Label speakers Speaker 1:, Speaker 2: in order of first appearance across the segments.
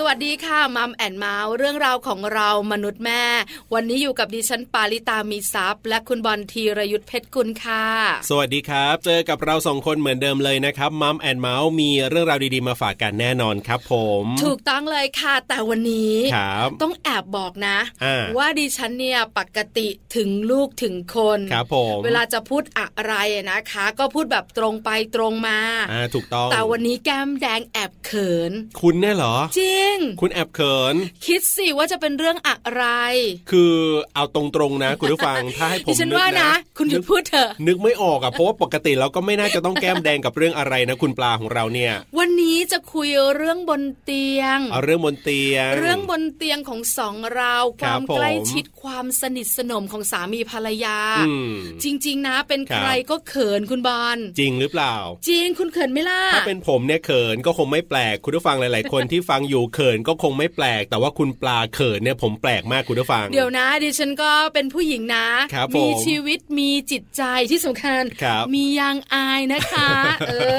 Speaker 1: สวัสดีค่ะมัมแอนเมาส์เรื่องราวของเรามนุษย์แม่ วันนี้อยู่กับดิฉันปาริตามีซัพย์ และคุณบอลธีรยุทธเพชรกุลค่ะ
Speaker 2: สวัสดีครับ เจอกับเราสองคนเหมือนเดิมเลยนะครับมัมแอนเมาส์มีเรื่องราวดีๆมาฝากกันแน่นอนครับผม
Speaker 1: ถูกต้องเลยค่ะ แต่วันนี้
Speaker 2: ครับ
Speaker 1: ต้องแอบบอกนะ
Speaker 2: อ่า
Speaker 1: ว่าดิฉันเนี่ยปกติถึงลูกถึงคน
Speaker 2: ครับผม
Speaker 1: เวลาจะพูดอะไรนะคะ ก็พูดแบบตรงไปตรงมา
Speaker 2: อ่าถูกต้อง
Speaker 1: แต่วันนี้แก้มแดงแอบเขิน
Speaker 2: คุณเนี่ยเหรอ
Speaker 1: จริง
Speaker 2: คุณแอบเขิน
Speaker 1: คิดสิว่าจะเป็นเรื่องอะไร
Speaker 2: คือเอาตรงๆนะ คุณผู้ฟั ง ถ้าให้ผม
Speaker 1: ดิฉันว่านะ คุณหยุด
Speaker 2: นึก
Speaker 1: พูดเถอะ
Speaker 2: นึกไม่ออกอะเพราะว่าปกติเราก็ไม่น่าจะต้องแก้มแดงกับเรื่องอะไรนะ คุณปลาของเราเนี่ย
Speaker 1: วันนี้จะคุยเรื่องบนเตียง
Speaker 2: เอาเรื่องบนเตียง
Speaker 1: เรื่องบนเตียงของสองเราค
Speaker 2: ครั
Speaker 1: วา
Speaker 2: บ
Speaker 1: มใกล้
Speaker 2: ผม
Speaker 1: ชิดความสนิทสนมของสามีภรรยา
Speaker 2: อืม
Speaker 1: จริง ๆ นะ เป็น
Speaker 2: ครั
Speaker 1: ใค
Speaker 2: บ
Speaker 1: รก็เขินคุณบอล
Speaker 2: จริงหรือเปล่า
Speaker 1: จริงคุณเขินไหม่ล่ะ
Speaker 2: ถ้าเป็นผมเนี่ยเขินก็คงไม่แปลกคุณผู้ฟังหลาย ๆ คนที่ฟังอยู่เขินก็คงไม่แปลก แต่ว่าคุณปลาเขินเนี่ยผมแปลกมากคุณผู้ฟัง
Speaker 1: เดี๋ยวนะดิฉันก็เป็นผู้หญิงนะ
Speaker 2: ครับ
Speaker 1: มี
Speaker 2: ผม
Speaker 1: ชีวิตมีจิตใจที่สำคัญ
Speaker 2: ครับ
Speaker 1: มียางอายนะคะ เออ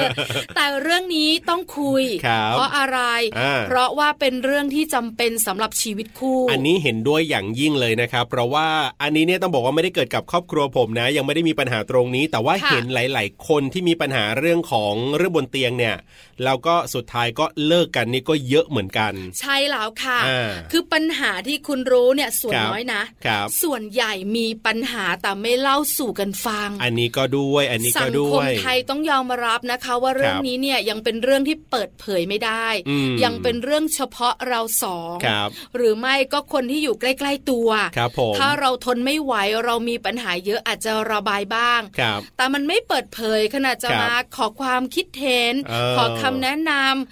Speaker 1: แต่เรื่องนี้ต้องคุย
Speaker 2: ครับ
Speaker 1: เพราะอะไร
Speaker 2: อ่า
Speaker 1: เพราะว่าเป็นเรื่องที่จำเป็นสำหรับชีวิตคู่
Speaker 2: อันนี้เห็นด้วยอย่างยิ่งเลยนะครับ เพราะว่าอันนี้เนี่ยต้องบอกว่าไม่ได้เกิดกับครอบครัวผมนะ ยังไม่ได้มีปัญหาตรงนี้ แต่ว่า
Speaker 1: ค่ะ
Speaker 2: เห็นหลาย ๆ คนที่มีปัญหาเรื่องของเรื่องบนเตียงเนี่ยแล้วก็สุดท้ายก็เลิกกันนี่ก็เยอะเหมือนกัน
Speaker 1: ใช่แล้วค่ะ
Speaker 2: อ่า
Speaker 1: คือปัญหาที่คุณรู้เนี่ยส่วน
Speaker 2: ครับ
Speaker 1: น้อยนะ
Speaker 2: ครับ
Speaker 1: ส่วนใหญ่มีปัญหาแต่ไม่เล่าสู่กันฟัง
Speaker 2: อันนี้ก็ด้วยอันนี้
Speaker 1: สั
Speaker 2: ก็
Speaker 1: ง
Speaker 2: ด้
Speaker 1: คว ม
Speaker 2: ย
Speaker 1: ไทยต้องยอมรับนะคะว่าเรื่อง
Speaker 2: ครับ
Speaker 1: นี้เนี่ยยังเป็นเรื่องที่เปิดเผยไม่ได้
Speaker 2: อืม
Speaker 1: ยังเป็นเรื่องเฉพาะเราสอง
Speaker 2: ครับ
Speaker 1: หรือไม่ก็คนที่อยู่ใกล้ ๆตัว
Speaker 2: ครับผม
Speaker 1: ถ้าเราทนไม่ไหวเรามีปัญหาเยอะอาจจะระบายบ้าง
Speaker 2: ครับ
Speaker 1: แต่มันไม่เปิดเผยขนาดจะ
Speaker 2: ครับ
Speaker 1: มาขอความคิดเห็น
Speaker 2: เออ
Speaker 1: ขอคำแนะน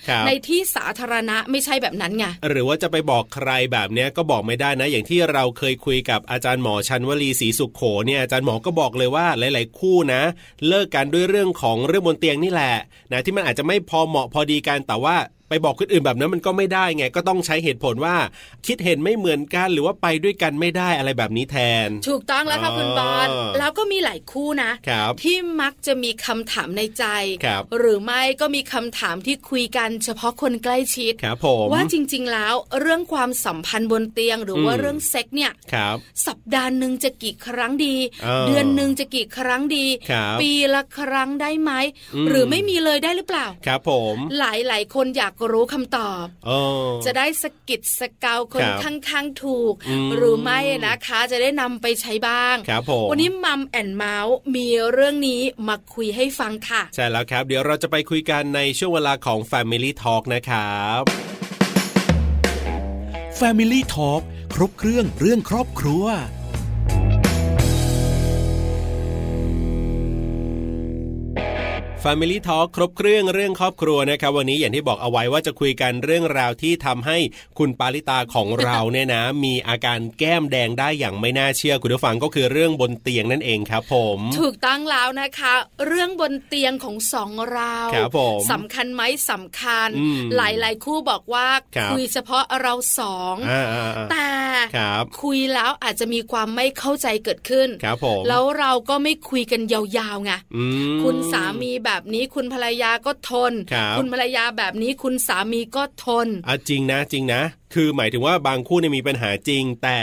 Speaker 2: ครับ
Speaker 1: ำในที่สาธารณะไม่ใช่แบบนั้นไง
Speaker 2: หรือว่าจะไปบอกใครแบบเนี้ยก็บอกไม่ได้นะ อย่างที่เราเคยคุยกับอาจารย์หมอชันวลีศรีสุขโขเนี่ยอาจารย์หมอก็บอกเลยว่าหลาย ๆ คู่นะ เลิกกันด้วยเรื่องของเรื่องบนเตียงนี่แหละนะที่มันอาจจะไม่พอเหมาะพอดีกันแต่ว่าไปบอกคนอื่นแบบนั้นมันก็ไม่ได้ไง ก็ต้องใช้เหตุผลว่า คิดเห็นไม่เหมือนกัน หรือว่าไปด้วยกันไม่ได้อะไรแบบนี้แทน
Speaker 1: ถูกต้องแล้วค่ะ
Speaker 2: อ๋อ
Speaker 1: คุณบอลแล้วก็มีหลายคู่นะ
Speaker 2: ครับ
Speaker 1: ที่มักจะมีคำถามในใจ
Speaker 2: ครับ
Speaker 1: หรือไม่ก็มีคำถามที่คุยกันเฉพาะคนใกล้ชิด
Speaker 2: ครับผม
Speaker 1: ว่าจริงๆแล้วเรื่องความสัมพันธ์บนเตียงหรือว่าเรื่องเซ็กเนี่ย
Speaker 2: ครับ
Speaker 1: สัปดาห์หนึ่งจะกี่ครั้งดี
Speaker 2: เออ
Speaker 1: เดือนหนึ่งจะกี่ครั้งดี
Speaker 2: ครับ
Speaker 1: ปีละครั้งได้ไหม
Speaker 2: อืม
Speaker 1: หรือไม่มีเลยได้หรือเปล่า
Speaker 2: ครับผม
Speaker 1: หลายๆ คนอยากรู้คำตอบ
Speaker 2: เออ
Speaker 1: จะได้สะกิดสะเกาคน
Speaker 2: ครับ
Speaker 1: ข้างๆถูก
Speaker 2: อืม
Speaker 1: หรือไม่นะคะ จะได้นำไปใช้บ้าง
Speaker 2: ครับผม
Speaker 1: วันนี้มัมแอนเมาส์มีเรื่องนี้มาคุยให้ฟังค่ะ
Speaker 2: ใช่แล้วครับ เดี๋ยวเราจะไปคุยกันในช่วงเวลาของ Family Talk นะครับ
Speaker 3: Family Talk ครบเครื่องเรื่องครอบครัว
Speaker 2: Family Talk ครบเครื่องเรื่องครอบครัวนะครับ วันนี้อย่างที่บอกเอาไว้ว่าจะคุยกันเรื่องราวที่ทำให้คุณปาริตาของเราเนี่ยนะ มีอาการแก้มแดงได้อย่างไม่น่าเชื่อคุณผู้ฟังก็คือเรื่องบนเตียงนั่นเองครับผม
Speaker 1: ถูกต้องแล้วนะคะ เรื่องบนเตียงของสองเรา
Speaker 2: ครับผม
Speaker 1: สำคัญไหมสำคัญ
Speaker 2: อืม
Speaker 1: หลายๆ คู่บอกว่า
Speaker 2: ครับ
Speaker 1: ยเฉพาะเราสอง
Speaker 2: อ่าๆๆ
Speaker 1: แต่
Speaker 2: ครับ
Speaker 1: คุยแล้วอาจจะมีความไม่เข้าใจเกิดขึ้น
Speaker 2: ครับผม
Speaker 1: แล้วเราก็ไม่คุยกันยาวๆไง
Speaker 2: อืม
Speaker 1: คุณสามีแบบนี้คุณภรรยาก็ทน
Speaker 2: ครับ
Speaker 1: ณภรรยาแบบนี้คุณสามีก็ทน
Speaker 2: อ่ะจริงนะจริงนะ คือหมายถึงว่าบางคู่เนี่ยมีปัญหาจริง แต่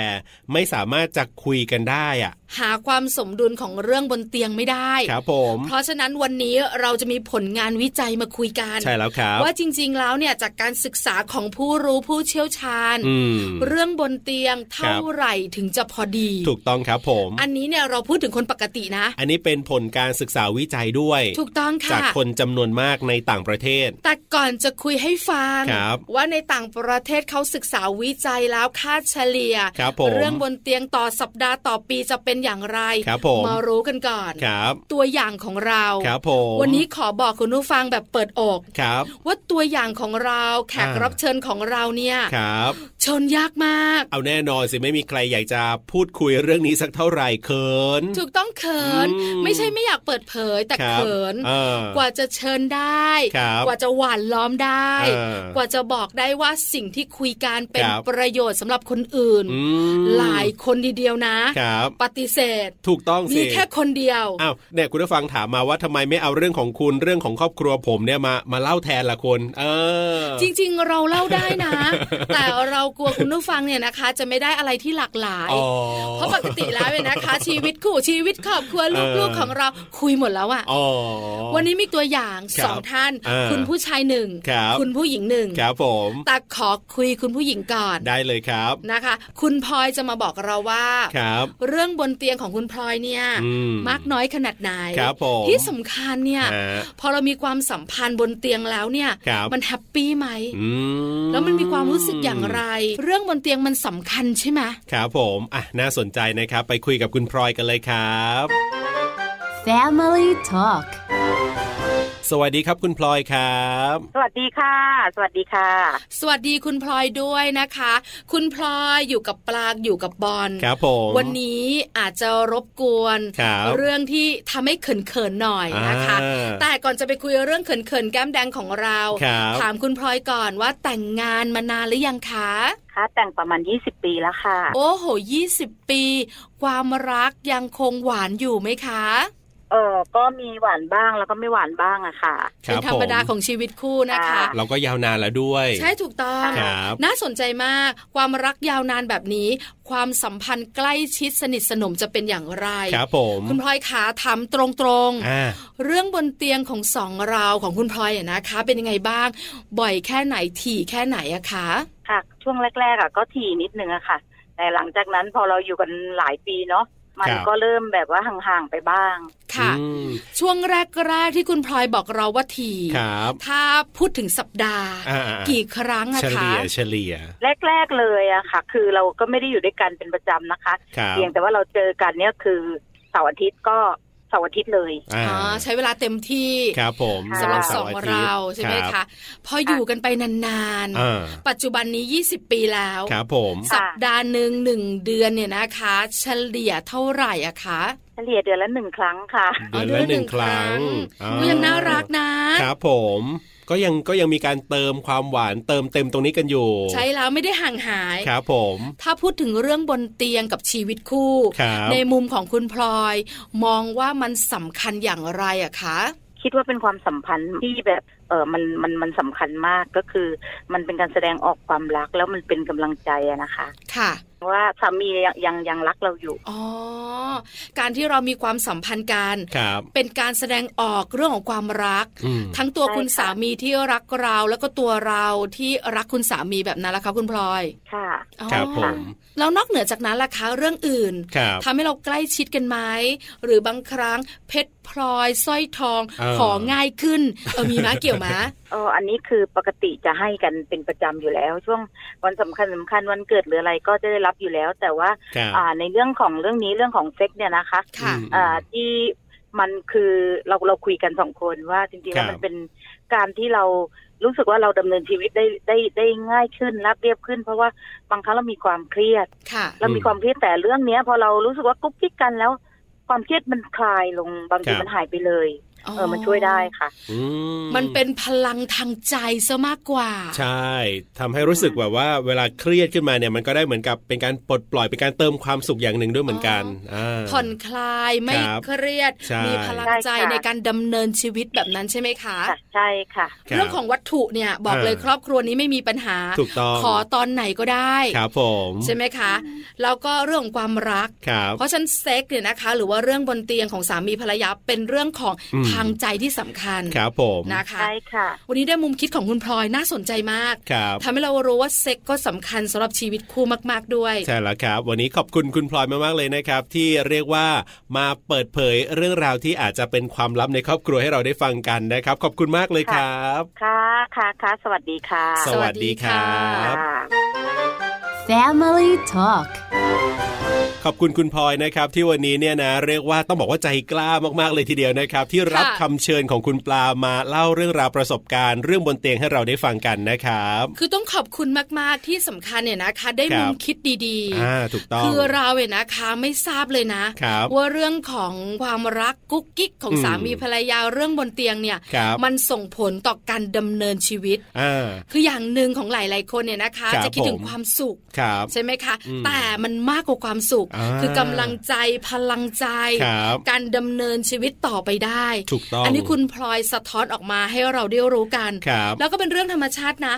Speaker 2: ไม่สามารถจะคุยกันได้อ่ะ
Speaker 1: หาความสมดุลของเรื่องบนเตียงไม่ได้
Speaker 2: ครับผม
Speaker 1: เพราะฉะนั้นวันนี้เราจะมีผลงานวิจัยมาคุยกัน
Speaker 2: ใช่แล้วครับ
Speaker 1: ว่าจริงๆ แล้วเนี่ยจากการศึกษาของผู้รู้ผู้เชี่ยวชาญ
Speaker 2: อืม
Speaker 1: เรื่องบนเตียง
Speaker 2: ครั
Speaker 1: เท่า
Speaker 2: บ
Speaker 1: ไหร่ถึงจะพอดี
Speaker 2: ถูกต้องครับผม
Speaker 1: อันนี้เนี่ยเราพูดถึงคนปกตินะ
Speaker 2: อันนี้เป็นผลการศึกษาวิจัยด้วย
Speaker 1: ถูกต้อง
Speaker 2: จา
Speaker 1: ค่ะ
Speaker 2: กคนจำนวนมากในต่างประเทศ
Speaker 1: แต่ก่อนจะคุยให้ฟัง
Speaker 2: ครับ
Speaker 1: ว่าในต่างประเทศเขาศึกษาวิจัยแล้วค่าเฉลี่ย
Speaker 2: ครับผม
Speaker 1: เรื่องบนเตียงต่อสัปดาห์ต่อปีจะเป็นอย่างไร
Speaker 2: ครับผม
Speaker 1: รู้กันก่อน
Speaker 2: ครับ
Speaker 1: ตัวอย่างของเรา
Speaker 2: ครับผม
Speaker 1: วันนี้ขอบอกคุณผู้ฟังแบบเปิดอก
Speaker 2: ครับ
Speaker 1: ว่าตัวอย่างของเราแขก
Speaker 2: อ่ารั
Speaker 1: รับเชิญของเราเนี่ย
Speaker 2: ครับ
Speaker 1: เชนยากมาก
Speaker 2: เอาแน่นอนสิไม่มีใครอยากจะพูดคุยเรื่องนี้สักเท่าไหร่เขิน
Speaker 1: ถูกต้องเขิน
Speaker 2: อืม
Speaker 1: ไม่ใช่ไม่อยากเปิดเผยแต่
Speaker 2: ครับ
Speaker 1: เขิน
Speaker 2: เออ
Speaker 1: กว่าจะเชิญได้
Speaker 2: ครับ
Speaker 1: กว่าจะหวานล้อมได้
Speaker 2: เออ
Speaker 1: กว่าจะบอกได้ว่าสิ่งที่คุย การเป็น
Speaker 2: ครับ
Speaker 1: ประโยชน์สำหรับคนอื่น
Speaker 2: อืม
Speaker 1: หลายคนทีเดียวนะ
Speaker 2: ครับ
Speaker 1: ปฏิเสธ
Speaker 2: ถูกต้องสิ
Speaker 1: มีแค่คนเดียว
Speaker 2: อ้าวเนี่ยคุณผู้ฟังถามมาว่าทำไมไม่เอาเรื่องของคุณเรื่องของครอบครัวผมเนี่ยมามาเล่าแทนล่ะคนเออ
Speaker 1: จริงๆ เราเล่าได้นะ แต่เรากลัวคุณผู้ฟังเนี่ยนะคะ จะไม่ได้อะไรที่หลากหลาย
Speaker 2: อ๋อ
Speaker 1: เพราะปกติแล้วเนี่ย นะคะ ชีวิตคู่ชีวิตครอบครัวลูก
Speaker 2: เออ
Speaker 1: ๆของเราคุยหมดแล้วอะ
Speaker 2: อ๋อ
Speaker 1: วันนี้มีตัวอย่าง
Speaker 2: ครับ
Speaker 1: สองท่าน
Speaker 2: เออ
Speaker 1: คุณผู้ชายหนึ่ง
Speaker 2: ครับ
Speaker 1: ณผู้หญิงหนึ่ง
Speaker 2: ครับผม
Speaker 1: แต่ขอคุยคุณผู้หญิงก่อน
Speaker 2: ได้เลยครับ
Speaker 1: นะคะ คุณพลอยจะมาบอกเราว่า
Speaker 2: ครับ
Speaker 1: เรื่องบนเตียงของคุณพลอยเนี่ย
Speaker 2: อืม
Speaker 1: มากน้อยขนาดไหน
Speaker 2: ครับผม
Speaker 1: ที่สำคัญเนี่ย
Speaker 2: ฮะ
Speaker 1: พอเรามีความสัมพันธ์บนเตียงแล้วเนี่ย
Speaker 2: ครับ
Speaker 1: มันแฮปปี้ไหม
Speaker 2: อืม
Speaker 1: แล้วมันมีความรู้สึกอย่างไร เรื่องบนเตียงมันสำคัญใช่ไหม
Speaker 2: ครับผมอ่ะน่าสนใจนะครับ ไปคุยกับคุณพลอยกันเลยครับ
Speaker 4: Family Talk
Speaker 2: สวัสดีครับคุณพลอยครับ
Speaker 5: สวัสดีค่ะ สวัสดีค่ะ
Speaker 1: สวัสดีคุณพลอยด้วยนะคะ คุณพลอยอยู่กับปลาอยู่กับบอล
Speaker 2: ครับผม
Speaker 1: วันนี้อาจจะรบกวน
Speaker 2: ครับ
Speaker 1: เรื่องที่ทำให้เขินๆหน่อยนะคะ
Speaker 2: อ่า
Speaker 1: แต่ก่อนจะไปคุยเรื่องเขินๆแก้มแดงของเรา
Speaker 2: ครับ
Speaker 1: ถามคุณพลอยก่อนว่าแต่งงานมานานหรือยังคะ
Speaker 5: ค่ะ แต่งประมาณ 20 ปีแล้วค่ะ
Speaker 1: โอ้โหยี่สิบปี ความรักยังคงหวานอยู่ไหมคะ
Speaker 5: เออก็มีหวานบ้างแล้วก็ไม่หวานบ้างอะค่ะ
Speaker 2: ค
Speaker 1: เป็น
Speaker 2: บ
Speaker 1: ธรรมดา
Speaker 2: ผ
Speaker 1: ของชีวิตคู่นะคะ
Speaker 5: อ่า
Speaker 2: เราก็ยาวนานแล้วด้วย
Speaker 1: ใช่ถูกต้อง
Speaker 2: ครับ
Speaker 1: น่าสนใจมาก ความรักยาวนานแบบนี้ ความสัมพันธ์ใกล้ชิดสนิทสนมจะเป็นอย่างไร
Speaker 2: ครับผม
Speaker 1: คุณพลอยขาถามตรง
Speaker 2: อ่า
Speaker 1: ๆ เรื่องบนเตียงของสองเราของคุณพลอยอะนะคะ เป็นยังไงบ้าง บ่อยแค่ไหนถี่แค่ไหนอะคะ
Speaker 5: ค่ะ ช่วงแรกๆอะก็ทีนิดนึงอะค่ะ แต่หลังจากนั้นพอเราอยู่กันหลายปีเนาะ มัน
Speaker 2: ครับ
Speaker 5: ก็เริ่มแบบว่าห่างๆไปบ้าง
Speaker 1: ค่ะ
Speaker 2: อืม
Speaker 1: ช่วงแรกๆที่คุณพลอยบอกเราว่าถี่
Speaker 2: ครับ
Speaker 1: ถ้าพูดถึงสัปดาห์
Speaker 2: อ่าอ่า
Speaker 1: กี่ครั้งอะ
Speaker 2: เฉ
Speaker 1: คะ
Speaker 2: ลี่ยเฉลี่ย
Speaker 5: แรกๆเลยอะค่ะ คือเราก็ไม่ได้อยู่ด้วยกันเป็นประจำนะคะ
Speaker 2: ครับ
Speaker 5: เพียงแต่ว่าเราเจอกันเนี่ยคือเสาร์อาทิตย์ก็เสาร์อาทิตย์เลย
Speaker 2: อ่า
Speaker 1: อ๋อใช้เวลาเต็มที่
Speaker 2: ครับผม
Speaker 1: สำหรับส
Speaker 2: เา
Speaker 1: อง
Speaker 2: ร์าทิตย์
Speaker 1: เราใช่ไหม
Speaker 2: รั
Speaker 1: คะ
Speaker 2: บ
Speaker 1: พออยู่กันไปนาน
Speaker 2: อ่า
Speaker 1: ๆ ปัจจุบันนี้ 20 ปีแล้ว
Speaker 2: ครับผม
Speaker 1: สัปดาห์หนึ่งหนึ่งเดือนเนี่ยนะคะ เฉลี่ยเท่าไหร่อะคะ
Speaker 5: เฉลี่ยเดือนละหนึ่งครั้งค่ะ
Speaker 2: เดือนละหนึ่งครั้งอ่า
Speaker 1: ก็ยังน่ารักนะ
Speaker 2: ครับผม ก็ยังก็ยังมีการเติมความหวานเติมเต็มตรงนี้กันอยู่
Speaker 1: ใช้แล้วไม่ได้ห่างหาย
Speaker 2: ครับผม
Speaker 1: ถ้าพูดถึงเรื่องบนเตียงกับชีวิตคู่
Speaker 2: ครับ
Speaker 1: ในมุมของคุณพลอย มองว่ามันสำคัญอย่างไรอะคะ
Speaker 5: คิดว่าเป็นความสัมพันธ์ที่แบบเออมันมันมันสำคัญมากก็คือมันเป็นการแสดงออกความรักแล้วมันเป็นกำลังใจอะนะคะ
Speaker 1: ค่ะ
Speaker 5: ว่าสามียังยังยังรักเราอยู่
Speaker 1: อ๋อ การที่เรามีความสัมพันธ์กัน
Speaker 2: ครับ
Speaker 1: เป็นการแสดงออกเรื่องของความรัก
Speaker 2: อืม
Speaker 1: ทั้งตัว
Speaker 5: ใช่
Speaker 1: คุณ
Speaker 5: ค่ะ
Speaker 1: สามีที่รักเราแล้วก็ตัวเราที่รักคุณสามีแบบนั้นละคะคุณพลอย
Speaker 5: ค่ะ
Speaker 1: อ๋อ
Speaker 2: ครับผม
Speaker 1: แล้วนอกเหนือจากนั้นล่ะคะเรื่องอื่น
Speaker 2: ครับ
Speaker 1: ทำให้เราใกล้ชิดกันไหมหรือบางครั้งเพชรพลอยสร้อยทอง
Speaker 2: เออ
Speaker 1: ของ่ายขึ้นเออมี มะเกี่ยวมะ
Speaker 5: เอออันนี้คือปกติจะให้กันเป็นประจำอยู่แล้ว ช่วงวันสำคัญสำคัญวันเกิดหรืออะไรก็จะได้รับอยู่แล้ว แต่ว่า
Speaker 2: ครับ
Speaker 5: อ่าในเรื่องของเรื่องนี้เรื่องของเซ็กเนี่ยนะคะ
Speaker 1: ค่ะ
Speaker 2: อืม
Speaker 5: อ่าที่มันคือเราเราคุยกันสองคนว่าจริงๆแล้ว
Speaker 2: ครับ
Speaker 5: มันเป็นการที่เรารู้สึกว่าเราดำเนินชีวิตได้ได้ได้ง่ายขึ้นรับเรียบขึ้น เพราะว่าบางครั้งเรามีความเครียด
Speaker 1: ค่ะ
Speaker 5: เรามีความเครียดแต่เรื่องเนี้ย พอเรารู้สึกว่ากุ๊กกิ๊กกันแล้ว ความเครียดมันคลายลงบาง
Speaker 2: ค
Speaker 5: ที
Speaker 2: รับ
Speaker 5: มันหายไปเลยเออมันช่วยได้ค่ะ
Speaker 2: อื
Speaker 1: มันเป็นพลังทางใจซะมากกว่า
Speaker 2: ใช่ทำให้รู้สึกแบบว่าเวลาเครียดขึ้นมาเนี่ยมันก็ได้เหมือนกับเป็นการปลดปล่อยเป็นการเติมความสุขอย่างหนึ่งด้วยเหมือนกันอ่า
Speaker 1: ผ่อนคลายไม่
Speaker 2: ครับ
Speaker 1: เครียด
Speaker 2: ใช่
Speaker 1: มีพลังใจ
Speaker 5: ใช่ค่ะ
Speaker 1: ในการดำเนินชีวิตแบบนั้นใช่ไหมคะ
Speaker 5: ค่ะ ใช่ค่ะ
Speaker 2: คบ
Speaker 1: เรื่องของวัตถุเนี่ยบอก
Speaker 2: เออ
Speaker 1: เลยครอบครัวนี้ไม่มีปัญหา
Speaker 2: ถูกต้อง
Speaker 1: ขอตอนไหนก็ได้
Speaker 2: ครับผม
Speaker 1: ใช่ไหมคะ แล้วก็เรื่องของความรัก
Speaker 2: ครับ
Speaker 1: เพราะฉะนันเซ็กเนี่ยนะคะ หรือว่าเรื่องบนเตียงของสามีภรรยาเป็นเรื่องของ
Speaker 2: อืม
Speaker 1: ทางใจที่สำคัญ
Speaker 2: ครับผม
Speaker 1: นะคะ
Speaker 5: ใช่ค่ะ
Speaker 1: วันนี้ได้มุมคิดของคุณพลอยน่าสนใจมาก
Speaker 2: ครับ
Speaker 1: ทำให้เรารู้ว่าเซ็กก็สำคัญสำหรับชีวิตคู่มาก ๆด้วย
Speaker 2: ใช่แล้วครับ วันนี้ขอบคุณคุณพลอยมากๆเลยนะครับ ที่เรียกว่ามาเปิดเผยเรื่องราวที่อาจจะเป็นความลับในครอบครัวให้เราได้ฟังกันนะครับ ขอบคุณมากเลยครับ
Speaker 5: ค่ะค่ะค่ะสวัสดีค่ะ
Speaker 2: สวัสดีครั
Speaker 1: สวัสดี
Speaker 2: บ
Speaker 1: ค่ะ
Speaker 4: Family Talk
Speaker 2: ขอบคุณคุณพลอยนะครับ ที่วันนี้เนี่ยนะเรียกว่าต้องบอกว่าใจกล้ามากๆเลยทีเดียวนะครับ ที่รับ
Speaker 1: ค่ะ
Speaker 2: คำเชิญของคุณปลามาเล่าเรื่องราวประสบการณ์ เรื่องบนเตียงให้เราได้ฟังกันนะครับ
Speaker 1: คือต้องขอบคุณมากๆที่สำคัญเนี่ยนะคะ ได้
Speaker 2: ครับ
Speaker 1: มุมคิดดี
Speaker 2: อ่าถูกต้อง
Speaker 1: คือเราเนี่ยนะคะไม่ทราบเลยนะ
Speaker 2: ครับ
Speaker 1: ว่าเรื่องของความรักกุ๊กกิ๊กของ
Speaker 2: อืม
Speaker 1: สามีภรรยาเรื่องบนเตียงเนี่ย
Speaker 2: ครับ
Speaker 1: มันส่งผลต่อการดำเนินชีวิต
Speaker 2: อ่า
Speaker 1: คืออย่างหนึ่งของหลาย ๆ คนเนี่ยนะคะ
Speaker 2: ครับ
Speaker 1: จะคิดถึง
Speaker 2: ผม
Speaker 1: ความสุข
Speaker 2: ครับ
Speaker 1: ใช่ไหมคะ
Speaker 2: อืม
Speaker 1: แต่มันมากกว่าความสุข
Speaker 2: อ่า
Speaker 1: คือกำลังใจพลังใจ
Speaker 2: ครับ
Speaker 1: การดำเนินชีวิตต่อไปได้
Speaker 2: ถูกต้อง
Speaker 1: อันนี้คุณพลอยสะท้อนออกมาให้เราได้รู้กัน
Speaker 2: ครับ
Speaker 1: แล้วก็เป็นเรื่องธรรมชาตินะ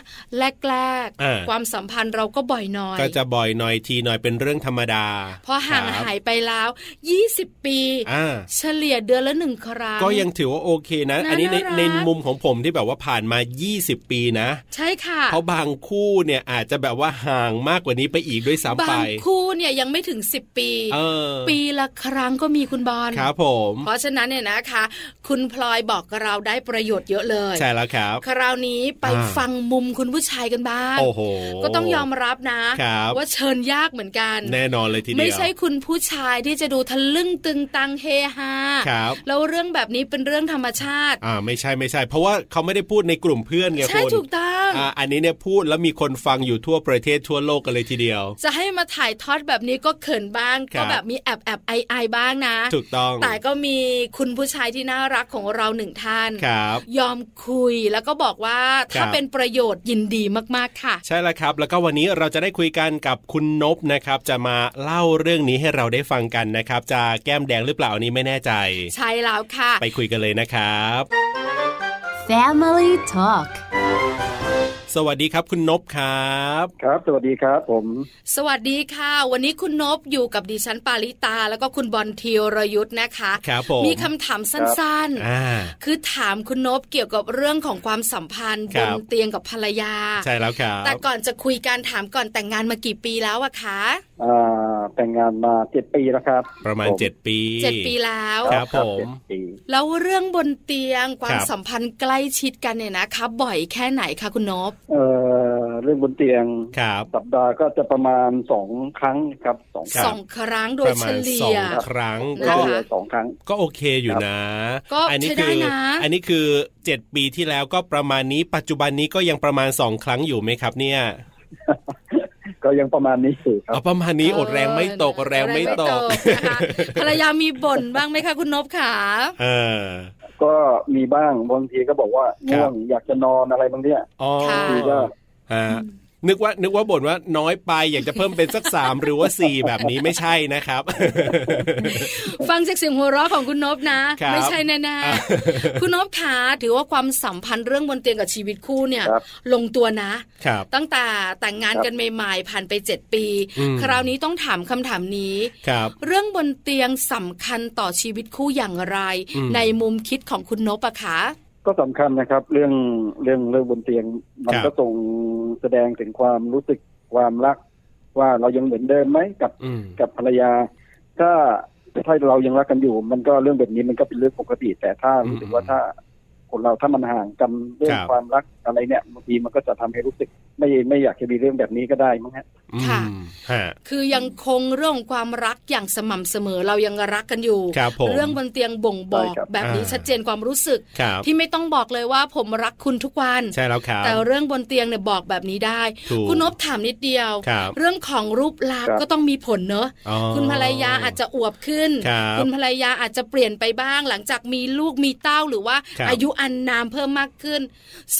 Speaker 1: แรก
Speaker 2: อ่า
Speaker 1: ๆ ความสัมพันธ์เราก็บ่อยหน้อย
Speaker 2: ก็จะบ่อยหน่อยทีหน่อยเป็นเรื่องธรรมดา
Speaker 1: เพราะห่าง
Speaker 2: ครับ
Speaker 1: หายไปแล้ว 20 ปี
Speaker 2: อ่า
Speaker 1: เฉลี่ยเดือนละหนึ่งครั้ง
Speaker 2: ก็ยังถือว่าโอเคนะ
Speaker 1: น่า
Speaker 2: อันนี้ใน
Speaker 1: น่ารัก
Speaker 2: ในมุมของผมที่แบบว่าผ่านมา 20 ปีนะ
Speaker 1: ใช่ค่ะ
Speaker 2: เพราะบางคู่เนี่ยอาจจะแบบว่าห่างมากกว่านี้ไปอีกด้วยซ้ำไป
Speaker 1: บางคู่เนี่ยยังไม่ถึง 10 ปี
Speaker 2: เออ
Speaker 1: ปีละครั้งก็มีคุณบอล
Speaker 2: ครับผม
Speaker 1: เพราะฉะนั้นเนี่ยนะคะ คุณพลอยบอกกับเราได้ประโยชน์เยอะเลย
Speaker 2: ใช่แล้วครับ
Speaker 1: คราวนี้ไป
Speaker 2: อ่า
Speaker 1: ฟังมุมคุณผู้ชายกันบ้าง
Speaker 2: โอ้โห
Speaker 1: ก็ต้องยอมรับนะ
Speaker 2: ครับ
Speaker 1: ว่าเชิญยากเหมือนกัน
Speaker 2: แน่นอนเลยทีเดียว
Speaker 1: ไม่ใช่คุณผู้ชายที่จะดูทะลึ่งตึงตังเฮฮา
Speaker 2: ครับ
Speaker 1: แล้วเรื่องแบบนี้เป็นเรื่องธรรมชาติ
Speaker 2: อ่าไม่ใช่ไม่ใช่ เพราะว่าเขาไม่ได้พูดในกลุ่มเพื่อนไง
Speaker 1: ใช่
Speaker 2: คุณ
Speaker 1: ถูกต้อง
Speaker 2: อ่าอันนี้เนี่ยพูดแล้วมีคนฟังอยู่ทั่วประเทศทั่วโลกกันเลยทีเดียว
Speaker 1: จะให้มาถ่ายทอดแบบนี้ก็เขินบ้าง
Speaker 2: ครั
Speaker 1: ก็
Speaker 2: บ
Speaker 1: แบบมีแอบแอบไอไอบ้างนะ
Speaker 2: ถูกต้อง
Speaker 1: แต่ก็มีคุณผู้ชายที่น่ารักของเราหนึ่งท่าน
Speaker 2: ครับ
Speaker 1: ยอมคุยแล้วก็บอกว่าถ้า
Speaker 2: ครับ
Speaker 1: เป็นประโยชน์ยินดีมากๆค่ะ
Speaker 2: ใช่แล้วครับ แล้วก็วันนี้เราจะได้คุยกันกับคุณนบนะครับ จะมาเล่าเรื่องนี้ให้เราได้ฟังกันนะครับ จะแก้มแดงหรือเปล่าอันนี้ไม่แน่ใจ
Speaker 1: ใช่แล้วค่ะ
Speaker 2: ไปคุยกันเลยนะครับ
Speaker 4: Family Talk
Speaker 2: สวัสดีครับคุณนบครับ
Speaker 6: ครับ สวัสดีครับผม
Speaker 1: สวัสดีค่ะ วันนี้คุณนบอยู่กับดิฉันปาริตา แล้วก็คุณบอลธีรยุทธ์นะคะ
Speaker 2: ครับผม
Speaker 1: มีคำถามสั้น
Speaker 2: อ่า
Speaker 1: ๆ คือถามคุณนบเกี่ยวกับเรื่องของความสัมพันธ์
Speaker 2: ครับ บ
Speaker 1: นเตียงกับภรรยา
Speaker 2: ใช่แล้วครับ
Speaker 1: แต่ก่อนจะคุยการถามก่อนแต่งงานมากี่ปีแล้วอะคะ
Speaker 6: อ่าแต่งงานมาเจ็ดปีแล้วครับ
Speaker 2: ประมาณ
Speaker 6: ผ
Speaker 2: 7 ปี
Speaker 1: เจ็ดปีแล้ว
Speaker 2: ครับผม
Speaker 6: เจ็ดปี
Speaker 1: แล้วเรื่องบนเตียงความ
Speaker 2: ครับ
Speaker 1: สัมพันธ์ใกล้ชิดกันเนี่ยนะคะบ่อยแค่ไหนคะคุณนบ
Speaker 6: เอ่อเรื่องบนเตียง
Speaker 2: ครับ
Speaker 6: สัปดาห์ก็จะประมาณสองครั้งครับสองค
Speaker 2: ครั
Speaker 1: สองค
Speaker 2: บ
Speaker 6: รั้ง
Speaker 1: รั้งโด
Speaker 2: ป
Speaker 1: ย
Speaker 2: ระ
Speaker 1: เฉ
Speaker 2: มาณส
Speaker 1: ลี่
Speaker 2: อย งครั้ง
Speaker 6: เรื่
Speaker 1: นะ
Speaker 2: ก็
Speaker 6: องบนเตีย
Speaker 1: คะ
Speaker 6: งสองครั้ง
Speaker 2: ก็โอเคอยู่นะ
Speaker 1: ก็
Speaker 2: นี้
Speaker 1: ใช้ได้
Speaker 2: คื
Speaker 1: นะ
Speaker 2: อันนี้คือเจ็ดปีที่แล้วก็ประมาณนี้ ปัจจุบันนี้ก็ยังประมาณสองครั้งอยู่ไหมครับ เนี่ย
Speaker 6: ก็ยังประมาณนี้อยู่ครั
Speaker 2: เอา
Speaker 6: บ
Speaker 2: ประมาณนี้อดแรงไม่ตก
Speaker 1: เออ
Speaker 2: แรงไม่ตก
Speaker 1: นะคะภรรยามีบ่นบ้างไหมคะคุณนบขา
Speaker 2: เออ
Speaker 6: ก็มีบ้างบางทีก็บอกว่า
Speaker 2: ครับ
Speaker 6: ง่วงอยากจะนอนอะไรบางเนี่ย
Speaker 2: อ๋อ
Speaker 6: ทีก็
Speaker 2: ฮะนึกว่านึกว่าบ่นว่าน้อยไปอยากจะเพิ่มเป็นสักสามหรือว่าสี่แบบนี้ไม่ใช่นะครับ
Speaker 1: ฟังจากเสียงหัวเราะของคุณนบนะ
Speaker 2: ครับ
Speaker 1: ไม่ใช่แน่
Speaker 2: อ่ะ
Speaker 1: ๆ คุณนบขาถือว่าความสัมพันธ์เรื่องบนเตียงกับชีวิตคู่เนี่ย
Speaker 6: ครับ
Speaker 1: ลงตัวนะ
Speaker 2: ครับ
Speaker 1: ตั้งแต่แต่งงานกันใหม่ๆผ่านไป 7 ปี
Speaker 2: อืม
Speaker 1: คราวนี้ต้องถามคำถามนี้
Speaker 2: ครับ
Speaker 1: เรื่องบนเตียงสำคัญต่อชีวิตคู่อย่างไร
Speaker 2: อืม
Speaker 1: ในมุมคิดของคุณนบอะคะ
Speaker 6: ก็สำคัญนะครับ เรื่องเรื่องเรื่องบนเตียง มัน
Speaker 2: ครับ
Speaker 6: ก็ส่งแสดงถึงความรู้สึกความรัก ว่าเรายังเหมือนเดิมไหมกับ
Speaker 2: อืม
Speaker 6: กับภรรยา ถ้าถ้าเรายังรักกันอยู่ มันก็เรื่องแบบนี้มันก็เป็นเรื่องปกติ แต่ถ้า
Speaker 2: อืม
Speaker 6: รู้สึกว่าถ้าคนเราถ้ามันห่างกันเรื่อ
Speaker 2: ค
Speaker 6: ง
Speaker 2: รับ
Speaker 6: ความรักอะไรเนี่ยบางทีมันก็จะทำให้รู้สึก ไม่ไม่อยากจะมีเรื่องแบบนี้ก็ได้มั้งฮะ
Speaker 2: อืม
Speaker 1: ค่ะ
Speaker 2: ฮะ
Speaker 1: คือยังคงเรื่องของความรักอย่างสม่ำเสมอเรายังรักกันอยู่
Speaker 2: ครับผม
Speaker 1: เรื่องบนเตียงบ่งบอกแบบนี้
Speaker 2: อ่า
Speaker 1: ชัดเจนความรู้สึก
Speaker 2: ครับ
Speaker 1: ที่ไม่ต้องบอกเลยว่าผมรักคุณทุกวัน
Speaker 2: ใช่แล้วครับ
Speaker 1: แต่เรื่องบนเตียงเนี่ยบอกแบบนี้ได้
Speaker 2: ถูก
Speaker 1: คุณนบถามนิดเดียว
Speaker 2: ครับ
Speaker 1: เรื่องของรูปลักษณ์ก็ต้องมีผลเนอะ
Speaker 2: อ๋อ
Speaker 1: คุณภรรยาอาจจะอวบขึ้น
Speaker 2: ครับ
Speaker 1: ณภรรยาอาจจะเปลี่ยนไปบ้าง หลังจากมีลูกมีเต้าหรือว่า
Speaker 2: ครับ
Speaker 1: อายุอันนามเพิ่มมากขึ้น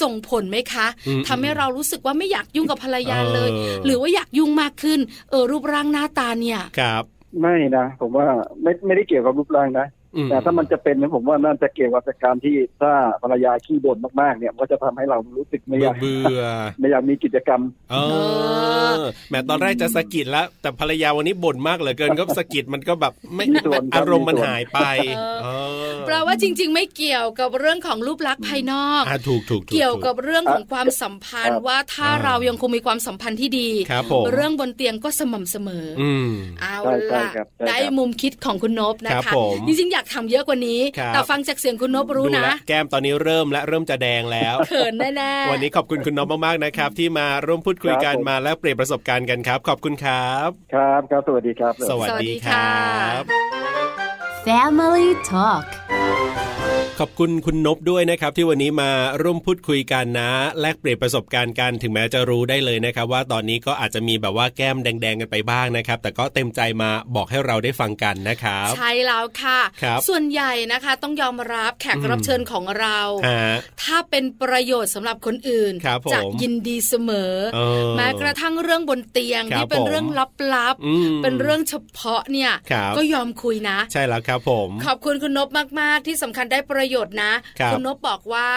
Speaker 1: ส่งผลไหมคะ
Speaker 2: อืม
Speaker 1: ทำให้เรารู้สึกว่าไม่อยากยุ่งกับภรรยาเลย
Speaker 2: เออ
Speaker 1: หรือว่าอยากยุ่งมากขึ้น เออรูปร่างหน้าตาเนี่ย
Speaker 2: ครับ
Speaker 6: ไม่นะผมว่าไม่ไม่ได้เกี่ยวกับรูปร่างนะ
Speaker 2: อื
Speaker 6: แต่ถ้ามันจะเป็นนะผมว่าน่าจะเกี่ยวกับการที่ถ้าภรรยาขี้บ่นมากๆเนี่ยมันก็จะทำให้เรารู้สึกไม่อ
Speaker 2: เบื่อย
Speaker 6: าก
Speaker 2: เบื่อ
Speaker 6: ไม่อยากมีกิจกรรม
Speaker 2: เออแหมตอนแรกจะสะกิดแล้ว แต่ภรรยาวันนี้บ่นมากเหลือเกินก็สะกิดมันก็แบบไม่
Speaker 6: มีส่วนครับ
Speaker 2: อารมณ์มัน
Speaker 6: มีส่วน
Speaker 2: หายไปเออ
Speaker 1: แปลว่าจริง ๆ ไม่เกี่ยวกับเรื่องของรูปลักษณ์ภายนอก
Speaker 2: อ่ะถูกถูกถู
Speaker 1: เกี่ยวกับเรื่องของความสัมพัน
Speaker 6: ค
Speaker 1: ธ์
Speaker 6: รับ
Speaker 1: ว่าถ้า
Speaker 2: อ่า
Speaker 1: เรายังคงมีความสัมพันธ์ที่ดี
Speaker 2: ครับผม
Speaker 1: เรื่องบนเตียงก็สม่ำเสมออ
Speaker 2: อืม
Speaker 1: เอา
Speaker 6: ใช่ใช่
Speaker 1: ล่ะ
Speaker 6: ครับใช่ครับ
Speaker 1: ได้มุมคิดของคุณนบนะครับ คะ
Speaker 2: ผม
Speaker 1: จริงๆ อยากทำเยอะกว่านี้
Speaker 2: ครับ
Speaker 1: แต่ฟังจากเสียงคุณนบรู้
Speaker 2: ดู
Speaker 1: นะ
Speaker 2: แลแก้มตอนนี้เริ่มและเริ่มจะแดงแล้ว
Speaker 1: เขินแน่ๆ
Speaker 2: วันนี้ขอบคุณคุณนบมากๆนะครับ ที่มาร่วมพูดคุยกัน
Speaker 6: ครับผม
Speaker 2: มาแลกเปลี่ยนประสบการณ์กันครับ ขอบคุณครับ
Speaker 6: ครับครับสวัสดีครับ
Speaker 2: สวัสดีครับ
Speaker 4: Family Talk
Speaker 2: ขอบคุณคุณนบด้วยนะครับ ที่วันนี้มาร่วมพูดคุยกันนะ แลกเปลี่ยนประสบการณ์กันถึงแม้จะรู้ได้เลยนะครับ ว่าตอนนี้ก็อาจจะมีแบบว่าแก้มแดงๆกันไปบ้างนะครับ แต่ก็เต็มใจมาบอกให้เราได้ฟังกันนะครับ
Speaker 1: ใช่แล้วค่ะ
Speaker 2: ครับ
Speaker 1: ส่วนใหญ่นะคะต้องยอมรับแขก
Speaker 2: อืม
Speaker 1: รับเชิญของเรา
Speaker 2: ฮะ
Speaker 1: ถ้าเป็นประโยชน์สำหรับคนอื่น
Speaker 2: ครับผม
Speaker 1: จะยินดีเสมอ
Speaker 2: เออ
Speaker 1: แม้กระทั่งเรื่องบนเตียง
Speaker 2: ครับ
Speaker 1: ที่เป็น
Speaker 2: ผม
Speaker 1: เรื่องลับ
Speaker 2: อืม
Speaker 1: ๆ เป็นเรื่องเฉพาะเนี่ย
Speaker 2: ครับ
Speaker 1: ก็ยอมคุยนะ
Speaker 2: ใช่แล้วครับผม
Speaker 1: ขอบคุณคุณนบมาก ๆ ที่สำคัญได้ประโยชน์นะครับณนบบอกว่า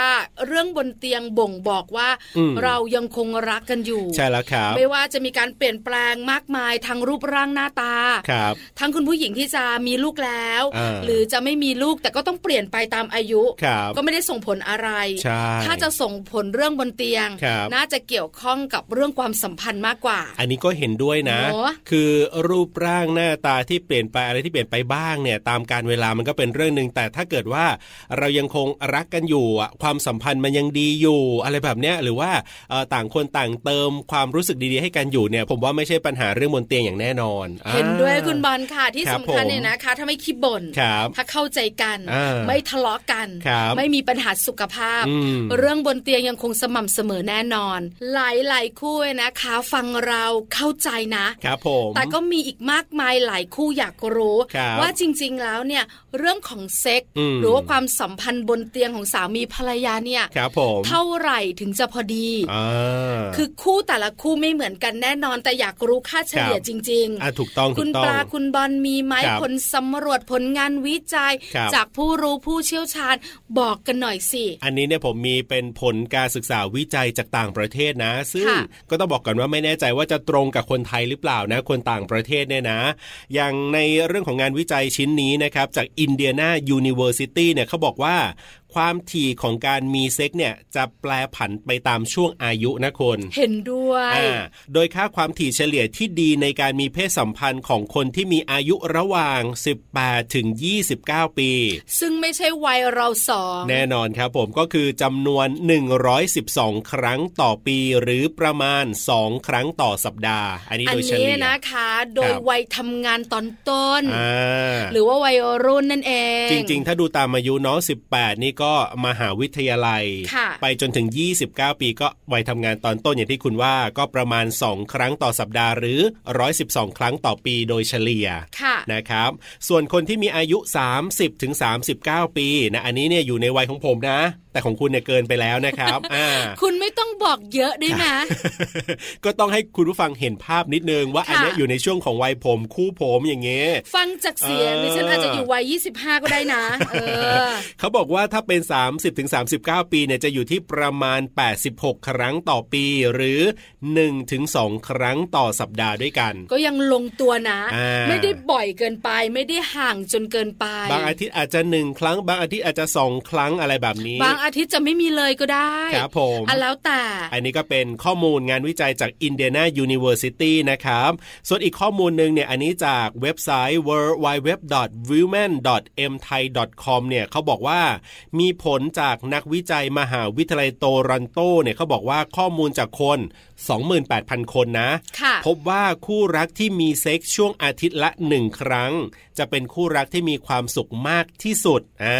Speaker 1: เรื่องบนเตียงบ่งบอกว่า
Speaker 2: อืม
Speaker 1: เรายังคงรักกันอยู่
Speaker 2: ใช่แล้วครับ
Speaker 1: ไม่ว่าจะมีการเปลี่ยนแปลงมากมายทางรูปร่างหน้าตา
Speaker 2: ครับ
Speaker 1: ทั้งคุณผู้หญิงที่จะมีลูกแล้ว
Speaker 2: อ่า
Speaker 1: หรือจะไม่มีลูกแต่ก็ต้องเปลี่ยนไปตามอายุ
Speaker 2: ครับ
Speaker 1: ก็ไม่ได้ส่งผลอะไร
Speaker 2: ใช่
Speaker 1: ถ้าจะส่งผลเรื่องบนเตียง
Speaker 2: ครับ
Speaker 1: น่าจะเกี่ยวข้องกับเรื่องความสัมพันธ์มากกว่า
Speaker 2: อันนี้ก็เห็นด้วยนะ
Speaker 1: เนอะ
Speaker 2: คือรูปร่างหน้าตาที่เปลี่ยนไปอะไรที่เปลี่ยนไปบ้างเนี่ยตามการเวลามันก็เป็นเรื่องหนึ่งแต่ถ้าเกิดว่าเรายังคงรักกันอยู่อะความสัมพันธ์มันยังดีอยู่ อะไรแบบเนี้ยหรือว่าเอ่อต่างคนต่างเติมความรู้สึกดีๆให้กันอยู่เนี่ย ผมว่าไม่ใช่ปัญหาเรื่องบนเตียงอย่างแน่นอนอ่า
Speaker 1: เห็นด้วยคุณบอลค่ะที่
Speaker 2: ครั
Speaker 1: สำ
Speaker 2: บ
Speaker 1: คัญ
Speaker 2: ผม
Speaker 1: เนี่ยนะคะ ถ้าไม่ขี้บ่น
Speaker 2: ครับ
Speaker 1: ถ้าเข้าใจกัน
Speaker 2: อ่า
Speaker 1: ไม่ทะเลาะกัน
Speaker 2: ครับ
Speaker 1: ไม่มีปัญหาสุขภาพ
Speaker 2: อืม
Speaker 1: เรื่องบนเตียงยังคงสม่ำเสมอแน่นอน หลายๆคู่นะคะ ฟังเราเข้าใจนะ
Speaker 2: ครับผม
Speaker 1: แต่ก็มีอีกมากมายหลายคู่อยากรู้
Speaker 2: ครับ
Speaker 1: ว่าจริงๆแล้วเนี่ยเรื่องของเซ็กส์
Speaker 2: อืม
Speaker 1: หรือว่าความสัมพันธ์บนเตียงของสามีภรรยาเนี่ย
Speaker 2: ครับผม
Speaker 1: เท่าไหร่ถึงจะพอดี
Speaker 2: อ่า
Speaker 1: คือคู่แต่ละคู่ไม่เหมือนกันแน่นอน แต่อยากรู้ค่าเฉลี่ย
Speaker 2: ครับ
Speaker 1: จริง
Speaker 2: อ่ะถูกต้อง
Speaker 1: ๆ คุ
Speaker 2: ถู
Speaker 1: ณ
Speaker 2: กต้
Speaker 1: ป
Speaker 2: อง
Speaker 1: ลาคุณบอลมีไหม
Speaker 2: ครับ
Speaker 1: ผลสำรวจผลงานวิจัย
Speaker 2: ครับ
Speaker 1: จากผู้รู้ผู้เชี่ยวชาญบอกกันหน่อยสิ
Speaker 2: อันนี้เนี่ยผมมีเป็นผลการศึกษาวิจัยจากต่างประเทศนะ ซึ่ง
Speaker 1: ค่ะ
Speaker 2: ก็ต้องบอกก่อนว่าไม่แน่ใจว่าจะตรงกับคนไทยหรือเปล่านะ คนต่างประเทศเนี่ยนะ อย่างในเรื่องของงานวิจัยชิ้นนี้นะครับ จากอินเดียนายูนิเวอร์ซิตี้เนี่ยเขาบอกว่า ความถี่ของการมีเซ็กเนี่ยจะแปลผันไปตามช่วงอายุนะคน
Speaker 1: เห็นด้วย
Speaker 2: อ่าโดยค่าความถี่เฉลี่ยที่ดีในการมีเพศสัมพันธ์ของคนที่มีอายุระหว่าง 18 ถึง 29 ปี
Speaker 1: ซึ่งไม่ใช่วัยเราสอง
Speaker 2: แน่นอนครับผมก็คือจำนวน 112 ครั้งต่อปีหรือประมาณ 2 ครั้งต่อสัปดาห์ อันนี้
Speaker 1: อั
Speaker 2: โด
Speaker 1: น
Speaker 2: ยเฉ
Speaker 1: นี้
Speaker 2: ลี่ย
Speaker 1: นะคะ โดย
Speaker 2: ครับ
Speaker 1: วัยทำงานตอนต้น
Speaker 2: อ่า
Speaker 1: หรือว่าวัยรุ่นนั่นเอง
Speaker 2: จริง ๆ ถ้าดูตามอายุเนาะ18 นี่ก็มหาวิทยาลัย
Speaker 1: ค่ะ
Speaker 2: ไปจนถึง 29 ปีก็วัยทำงานตอนต้นอย่างที่คุณว่าก็ประมาณ 2 ครั้งต่อสัปดาห์หรือ 112 ครั้งต่อปีโดยเฉลี่ย
Speaker 1: ค่ะ
Speaker 2: นะครับ ส่วนคนที่มีอายุ 30ถึง39 ปีนะอันนี้เนี่ยอยู่ในวัยของผมนะ แต่ของคุณเนี่ยเกินไปแล้วนะครับ อ่า
Speaker 1: คุณไม่ต้องบอกเยอะด้วยนะ
Speaker 2: ก็ต้องให้คุณผู้ฟังเห็นภาพนิดนึงว่า
Speaker 1: ค่ะ
Speaker 2: อันเนี้ยอยู่ในช่วงของวัยผมคู่ผมอย่างเงี้ย
Speaker 1: ฟังจากเสียง
Speaker 2: เออ
Speaker 1: ดิฉันอาจจะอยู่วัย 25 ก็ได้นะ เออ
Speaker 2: เขาบอกว่าถ้าเป็น 30ถึง39 ปีเนี่ยจะอยู่ที่ประมาณ 86 ครั้งต่อปี หรือ1ถึง2ครั้งต่อสัปดาห์ด้วยกัน
Speaker 1: ก็ยังลงตัวนะ
Speaker 2: อ่า
Speaker 1: ไม่ได้บ่อยเกินไป ไม่ได้ห่างจนเกินไป
Speaker 2: บางอาทิตย์อาจจะหนึ่งครั้ง บางอาทิตย์อาจจะสองครั้งอะไรแบบนี้
Speaker 1: บางอาทิตย์จะไม่มีเลยก็ได้
Speaker 2: ครับผม
Speaker 1: อันแล้วแต่
Speaker 2: อันนี้ก็เป็นข้อมูลงานวิจัยจาก Indiana University นะครับ ส่วนอีกข้อมูลหนึ่งเนี่ยอันนี้จากเว็บไซต์ www.women.mthai.com เนี่ยเขาบอกว่ามีผลจากนักวิจัยมหาวิทยาลัยโตรอนโตเนี่ยเขาบอกว่าข้อมูลจากคน 28,000 คนนะ
Speaker 1: ค่ะ
Speaker 2: พบว่าคู่รักที่มีเซ็กซ์ช่วงอาทิตย์ละหนึ่งครั้ง จะเป็นคู่รักที่มีความสุขมากที่สุดอ่า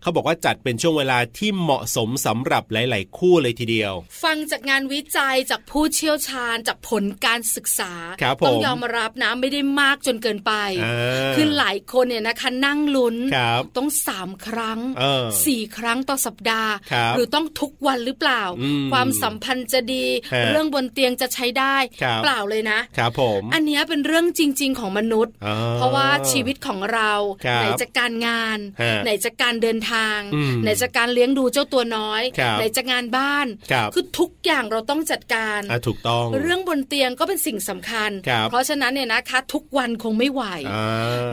Speaker 2: เขาบอกว่าจัดเป็นช่วงเวลาที่เหมาะสมสำหรับหลาย ๆ คู่เลยทีเดียว
Speaker 1: ฟังจากงานวิจัยจากผู้เชี่ยวชาญจากผลการศึกษา
Speaker 2: ครับผม
Speaker 1: ต้องยอมรับนะไม่ได้มากจนเกินไป
Speaker 2: อ่า
Speaker 1: คือหลายคนเนี่ยนะคะนั่งลุ้น
Speaker 2: ครับ
Speaker 1: ต้องสามครั้ง
Speaker 2: เออ
Speaker 1: สี่ครั้งต่อสัปดาห์
Speaker 2: ครับ
Speaker 1: หรือต้องทุกวันหรือเปล่า
Speaker 2: อืม
Speaker 1: ความสัมพันธ์จะดี
Speaker 2: ฮะ
Speaker 1: เรื่องบนเตียงจะใช้ได้
Speaker 2: ครับ
Speaker 1: เปล่าเลยนะ
Speaker 2: ครับผม
Speaker 1: อันเนี้ยเป็นเรื่องจริง ๆ ของมนุษย์
Speaker 2: อ่
Speaker 1: เพราะว่าชีวิตของเรา
Speaker 2: ครับ
Speaker 1: ไหนจะการงาน
Speaker 2: ฮะ
Speaker 1: ไหนจะการเดินทาง
Speaker 2: อืม
Speaker 1: ไหนจะการเลี้ยง ลี้ยงดูเจ้าตัวน้อย
Speaker 2: ครับ
Speaker 1: ไหนจะงานบ้าน
Speaker 2: ครับ
Speaker 1: คือทุกอย่างเราต้องจัดการ
Speaker 2: อ่ะถูกต้อง
Speaker 1: เรื่องบนเตียงก็เป็นสิ่งสำคัญ
Speaker 2: ครับ
Speaker 1: เพราะฉะนั้นเนี่ยนะคะ ทุกวันคงไม่ไหว
Speaker 2: อ่า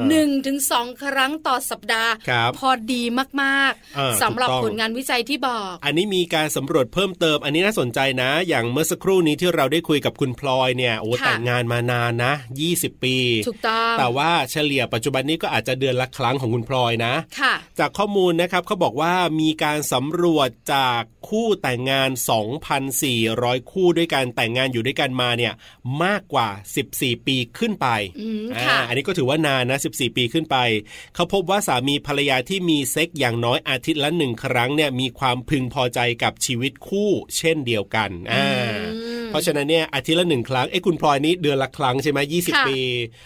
Speaker 1: หนึ่งถึงสองครั้งต่อสัปดาห์
Speaker 2: ครับ
Speaker 1: พอดีมาก
Speaker 2: เออ
Speaker 1: สำหรับ
Speaker 2: ถูกต้อง
Speaker 1: ผลงานวิจัยที่บอก
Speaker 2: อันนี้มีการสำรวจเพิ่มเติม อันนี้น่าสนใจนะ อย่างเมื่อสักครู่นี้ที่เราได้คุยกับคุณพลอยเนี่ยโอ้
Speaker 1: ค่ะ
Speaker 2: แต่งงานมานานนะ 20 ปี
Speaker 1: ถูกต้อง
Speaker 2: แต่ว่าเฉลี่ยปัจจุบันนี้ก็อาจจะเดือนละครั้งของคุณพลอยนะ
Speaker 1: ค่ะ
Speaker 2: จากข้อมูลนะครับเขาบอกว่ามีการสำรวจจากคู่แต่งงาน 2,400 คู่ด้วยกันแต่งงานอยู่ด้วยกันมาเนี่ยมากกว่า 14 ปีขึ้นไป
Speaker 1: อืม
Speaker 2: อา
Speaker 1: ค่ะ
Speaker 2: อันนี้ก็ถือว่านานนะ 14 ปีขึ้นไป เขาพบว่าสามีภรรยาที่มีเซ็กอย่างน้อยอาทิตย์ละหนึ่งครั้งเนี่ยมีความพึงพอใจกับชีวิตคู่ เช่นเดียวกันอ่า
Speaker 1: อืม
Speaker 2: เพราะฉะนั้นเนี่ยอาทิตย์ละหนึ่งครั้งเอ้ยคุณพลอยนี้เดือนละครั้งใช่ไหมยี่สิบ
Speaker 1: ค่ะ
Speaker 2: ปี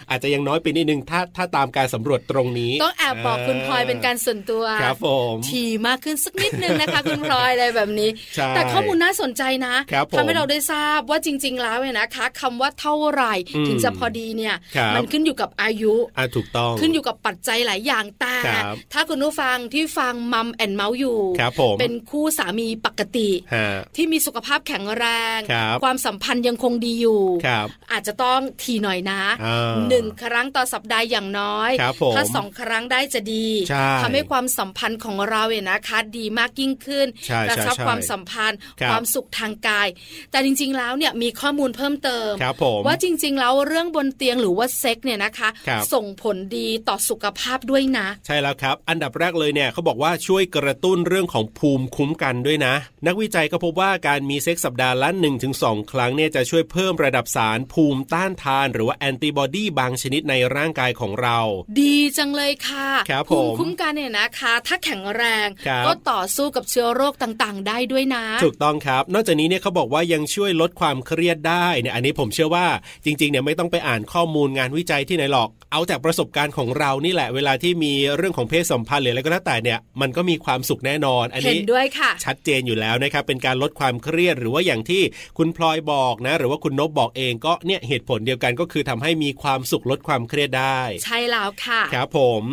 Speaker 2: อาจจะยังน้อยไปนิดนึงถ้าถ้าตามการสำรวจตรงนี้
Speaker 1: ต้องแอบบอกคุณพลอยเป็นการส่วนตัว
Speaker 2: ครับผม
Speaker 1: ถี่มากขึ้นสักนิดนึงนะคะ คุณพลอยอะไรแบบนี้
Speaker 2: ใช่
Speaker 1: แต่ข้อมูลน่าสนใจนะครับ
Speaker 2: ผม
Speaker 1: ทำให้เราได้ทราบว่าจริง ๆ แล้วเนี่ยนะคะคำว่าเท่าไหร่
Speaker 2: อืม
Speaker 1: ถึงจะพอดีเนี่ย
Speaker 2: ครับ
Speaker 1: มัขึ้นอยู่กับอายุ
Speaker 2: อ่ะถูกต้อง
Speaker 1: ขึ้นอยู่กับปัจจัยหลายอย่างแต่
Speaker 2: ครับ
Speaker 1: ถ้าคุณผู้ฟังที่ฟังมัมแอนเมาส์อยู่
Speaker 2: ครับผม
Speaker 1: เป็นคู่สามีปกติ
Speaker 2: ฮะ
Speaker 1: ที่มีสุขภาพแข็งแรง
Speaker 2: ครับ
Speaker 1: ความสัมพันธ์ยังคงดีอยู่
Speaker 2: ครับ
Speaker 1: อาจจะต้องทีหน่อยนะ
Speaker 2: อ่า
Speaker 1: หนึ่งครั้งต่อสัปดาห์อย่างน้อย
Speaker 2: ครับผม
Speaker 1: ถ้าสองครั้งได้จะดี
Speaker 2: ใช่
Speaker 1: ทำให้ความสัมพันธ์ของเราเนี่ยนะคะดีมากยิ่งขึ้น
Speaker 2: ใช่
Speaker 1: กระชับ
Speaker 2: ใช่
Speaker 1: ความสัมพันธ์
Speaker 2: ครับ
Speaker 1: ความสุขทางกาย แต่จริง ๆ แล้วเนี่ยมีข้อมูลเพิ่มเติม
Speaker 2: ครับผม
Speaker 1: ว่าจริง ๆ แล้วเรื่องบนเตียงหรือว่าเซ็กเนี่ยนะคะ
Speaker 2: ครับ
Speaker 1: ส่งผลดีต่อสุขภาพด้วยนะ
Speaker 2: ใช่แล้วครับ อันดับแรกเลยเนี่ยเขาบอกว่าช่วยกระตุ้นเรื่องของภูมิคุ้มกันด้วยนะ นักวิจัยก็พบว่าการมีเซ็กสัปดาห์ละ1-2 ครั้งเนี่ยจะช่วยเพิ่มระดับสารภูมิต้านทาน หรือว่าแอนติบอดีบางชนิดในร่างกายของเรา
Speaker 1: ดีจังเลยค่ะ
Speaker 2: ครับ
Speaker 1: ภูมิ
Speaker 2: ผม
Speaker 1: คุ้มกันเนี่ยนะคะ ถ้าแข็งแรง
Speaker 2: ครับ
Speaker 1: ก็ต่อสู้กับเชื้อโรคต่างๆ ได้ด้วยนะ
Speaker 2: ถูกต้องครับ นอกจากนี้เนี่ยเขาบอกว่ายังช่วยลดความเครียดได้เนี่ยอันนี้ผมเชื่อว่าจริงๆเนี่ยไม่ต้องไปอ่านข้อมูลงานวิจัยที่ไหนหรอก เอาจากประสบการณ์ของเรานี่แหละ เวลาที่มีเรื่องของเพศสัมพันธ์หรืออะไรก็แล้วแต่เนี่ยมันก็มีความสุขแน่นอน อัน
Speaker 1: เห็น
Speaker 2: นี้
Speaker 1: ด้วยค่ะ
Speaker 2: ชัดเจนอยู่แล้วนะครับ เป็นการลดความเครียดหรือว่าอย่างที่คุณพลอยบอกนะ หรือว่าคุณนบบอกเองก็เนี่ยเหตุผลเดียวกันก็คือทำให้มีความสุขลดความเครียดได้
Speaker 1: ใช่แล้วค่ะ
Speaker 2: ครับผม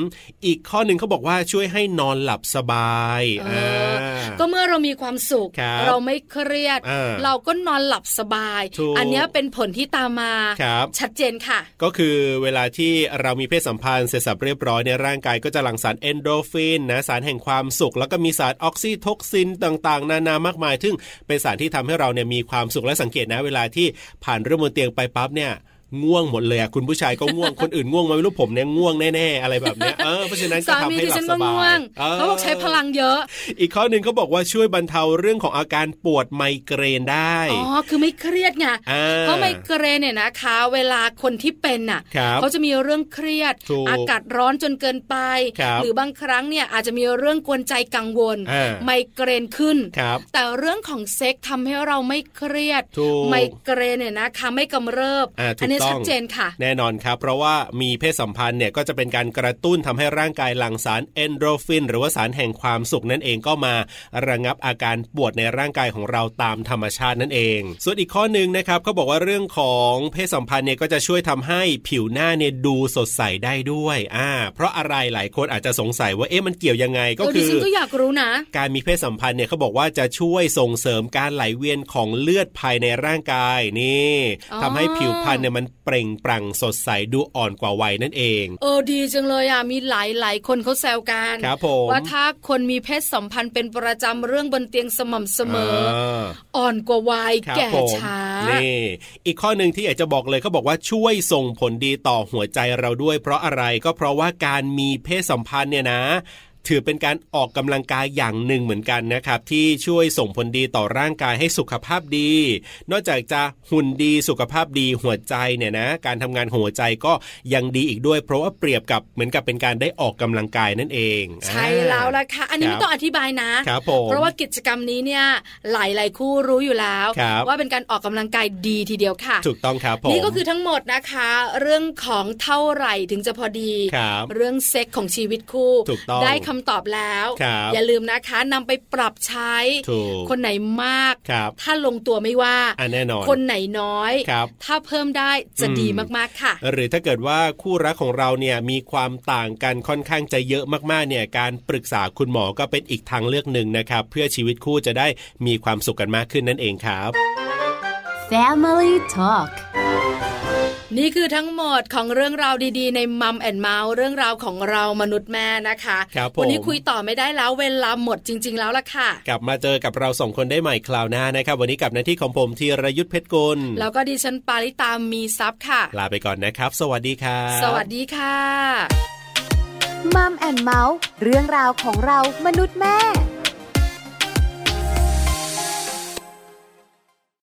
Speaker 2: อีกข้อหนึ่งเขาบอกว่าช่วยให้นอนหลับสบาย
Speaker 1: เอ
Speaker 2: า
Speaker 1: ก็เมื่อเรามีความสุข
Speaker 2: ครับ
Speaker 1: เราไม่เครียด
Speaker 2: เออ
Speaker 1: เราก็นอนหลับสบาย
Speaker 2: ถูก
Speaker 1: อันเนี้ยเป็นผลที่ตามมา
Speaker 2: ครับ
Speaker 1: ชัดเจนค่ะ
Speaker 2: ก็คือเวลาที่เรามีเพศสัมพันธ์เสร็จสับเรียบร้อยในยร่างกายก็จะหลั่งสารเอนโดรฟินนะสารแห่งความสุข แล้วก็มีสารออกซิโทกซินต่างๆ นานามากมาย ซึ่งเป็นสารที่ทำให้เราเนี่ยมีความสุขและสังเกตนะ เวลาที่ผ่านเรื่องบนเตียงไปปั๊บเนี่ยง่วงหมดเลยอะคุณผู้ชายก็ง่วง คนอื่นง่วงไหมไม่รู้ผมเนี่ยง่วงแน่ๆอะไรแบบเนี้ยเออเพราะฉะนั้นก็
Speaker 1: สา
Speaker 2: ทำ
Speaker 1: มี
Speaker 2: ให้
Speaker 1: ดิ
Speaker 2: หลั
Speaker 1: ฉั
Speaker 2: บ
Speaker 1: น
Speaker 2: ส
Speaker 1: ก็
Speaker 2: บา
Speaker 1: ง่วง
Speaker 2: ย
Speaker 1: เขาบอกใช้พลังเยอะ
Speaker 2: อีกข้อหนึ่งเขาบอกว่าช่วยบรรเทาเรื่องของอาการปวดไมเกรนได้
Speaker 1: อ๋อ คือไม่เครียดไง
Speaker 2: า
Speaker 1: เพราะไมเกรนเนี่ยนะคะ เวลาคนที่เป็นน่ะ
Speaker 2: ครับ
Speaker 1: เขาจะมีเรื่องเครียด
Speaker 2: ถูก
Speaker 1: อากาศร้อนจนเกินไป
Speaker 2: ครับ
Speaker 1: หรือบางครั้งเนี่ยอาจจะมีเรื่องกวนใจกังวล
Speaker 2: อ่า
Speaker 1: ไมเกรนขึ้น
Speaker 2: ครับ
Speaker 1: แต่เรื่องของเซ็กทำให้เราไม่เครียด
Speaker 2: ถูก
Speaker 1: ไมเกรนเนี่ยนะคะไม่กำเริบ
Speaker 2: อ่าถูก
Speaker 1: นนี้
Speaker 2: ต้อง
Speaker 1: ชัดเจนค่ะ
Speaker 2: แน่นอนครับ เพราะว่ามีเพศสัมพันธ์เนี่ยก็จะเป็นการกระตุ้นทำให้ร่างกายหลั่งสารเอนโดรฟิน หรือว่าสารแห่งความสุขนั่นเองก็มาระงับอาการปวดในร่างกายของเราตามธรรมชาตินั่นเอง ส่วนอีกข้อหนึ่งนะครับเขาบอกว่าเรื่องของเพศสัมพันธ์เนี่ยก็จะช่วยทำให้ผิวหน้าเนี่ยดูสดใสได้ด้วยอ่าเพราะอะไรหลายคนอาจจะสงสัยว่าเอ๊ะมันเกี่ยวยังไงก็
Speaker 1: เออ
Speaker 2: คื
Speaker 1: ดิ
Speaker 2: อ
Speaker 1: ฉันก็อยากรู้นะ
Speaker 2: การมีเพศสัมพันธ์เนี่ยเขาบอกว่าจะช่วยส่งเสริมการไหลเวียนของเลือดภายในร่างกายนี่
Speaker 1: อ๋อ
Speaker 2: ทำให้ผิวพรรณเนี่ยมันเปล่งปลั่งสดใสดูอ่อนกว่าวัยนั่นเอง
Speaker 1: เออดีจังเลยอ่ะมีหลายหลายคนเขาแซวกัน
Speaker 2: ครับผม
Speaker 1: ว่าถ้าคนมีเพศสัมพันธ์เป็นประจำเรื่องบนเตียงสม่ำเสมอ
Speaker 2: า
Speaker 1: อ่อนกว่าวัย
Speaker 2: ครับ
Speaker 1: แก่
Speaker 2: ผม
Speaker 1: ช้า
Speaker 2: นี่อีกข้อหนึ่งที่อยากจะบอกเลยเขาบอกว่าช่วยส่งผลดีต่อหัวใจเราด้วย เพราะอะไรก็เพราะว่าการมีเพศสัมพันธ์เนี่ยนะ ถือเป็นการออกกำลังกายอย่างหนึ่งเหมือนกันนะครับ ที่ช่วยส่งผลดีต่อร่างกายให้สุขภาพดี นอกจากจะหุ่นดีสุขภาพดีหัวใจเนี่ยนะการทำงานของหัวใจก็ยังดีอีกด้วย เพราะว่าเปรียบกับเหมือนกับเป็นการได้ออกกำลังกายนั่นเอง
Speaker 1: ใช่แล้วล่ะค่ะ อันนี้ไม่ต้องอธิบายนะ
Speaker 2: ครับผม
Speaker 1: เพราะว่ากิจกรรมนี้เนี่ยหลายหลายๆคู่รู้อยู่แล้ว
Speaker 2: ครับ
Speaker 1: ว่าเป็นการออกกำลังกายดีทีเดียวค่ะ
Speaker 2: ถูกต้องครับผม
Speaker 1: นี่ก็คือทั้งหมดนะคะ เรื่องของเท่าไหร่ถึงจะพอดี
Speaker 2: ครับ
Speaker 1: เรื่องเซ็กของชีวิตคู่
Speaker 2: ถูกต้อง
Speaker 1: ได้คำ ำตอบแล้ว
Speaker 2: ครับ
Speaker 1: อย่าลืมนะคะนำไปปรับใช้
Speaker 2: ถูก
Speaker 1: คนไหนมาก
Speaker 2: ครับ
Speaker 1: ถ้าลงตัวไม่ว่า
Speaker 2: อ่ะแน่นอน
Speaker 1: คนไหนน้อย
Speaker 2: ครับ
Speaker 1: ถ้าเพิ่มได้จะ
Speaker 2: อืม
Speaker 1: ดีมากๆค่ะ
Speaker 2: หรือถ้าเกิดว่าคู่รักของเราเนี่ยมีความต่างกันค่อนข้างจะเยอะมากๆเนี่ยการปรึกษาคุณหมอก็เป็นอีกทางเลือกหนึ่งนะครับ เพื่อชีวิตคู่จะได้มีความสุขกันมากขึ้นนั่นเองครับ
Speaker 4: Family Talk
Speaker 1: นี่คือทั้งหมดของเรื่องราวดีๆ ในมัมแอนเมาส์เรื่องราวของเรามนุษย์แม่นะคะ
Speaker 2: ครับผม
Speaker 1: วันี้คุยต่อไม่ได้แล้วเวลาหมดจริง ๆ แล้วล่ะค่ะ
Speaker 2: กลับมาเจอกับเราสองคนได้ใหม่คราวหน้านะครับ วันนี้กับหน้าที่ของผมธีรยุทธเพชรกุล
Speaker 1: แล้วก็ดิฉันปาริตามีซับค่ะ
Speaker 2: ลาไปก่อนนะครับ สวัสดีครับ
Speaker 1: สวัสดีค่ะ
Speaker 4: มัมแอนเมาส์เรื่องราวของเรามนุษย์แม่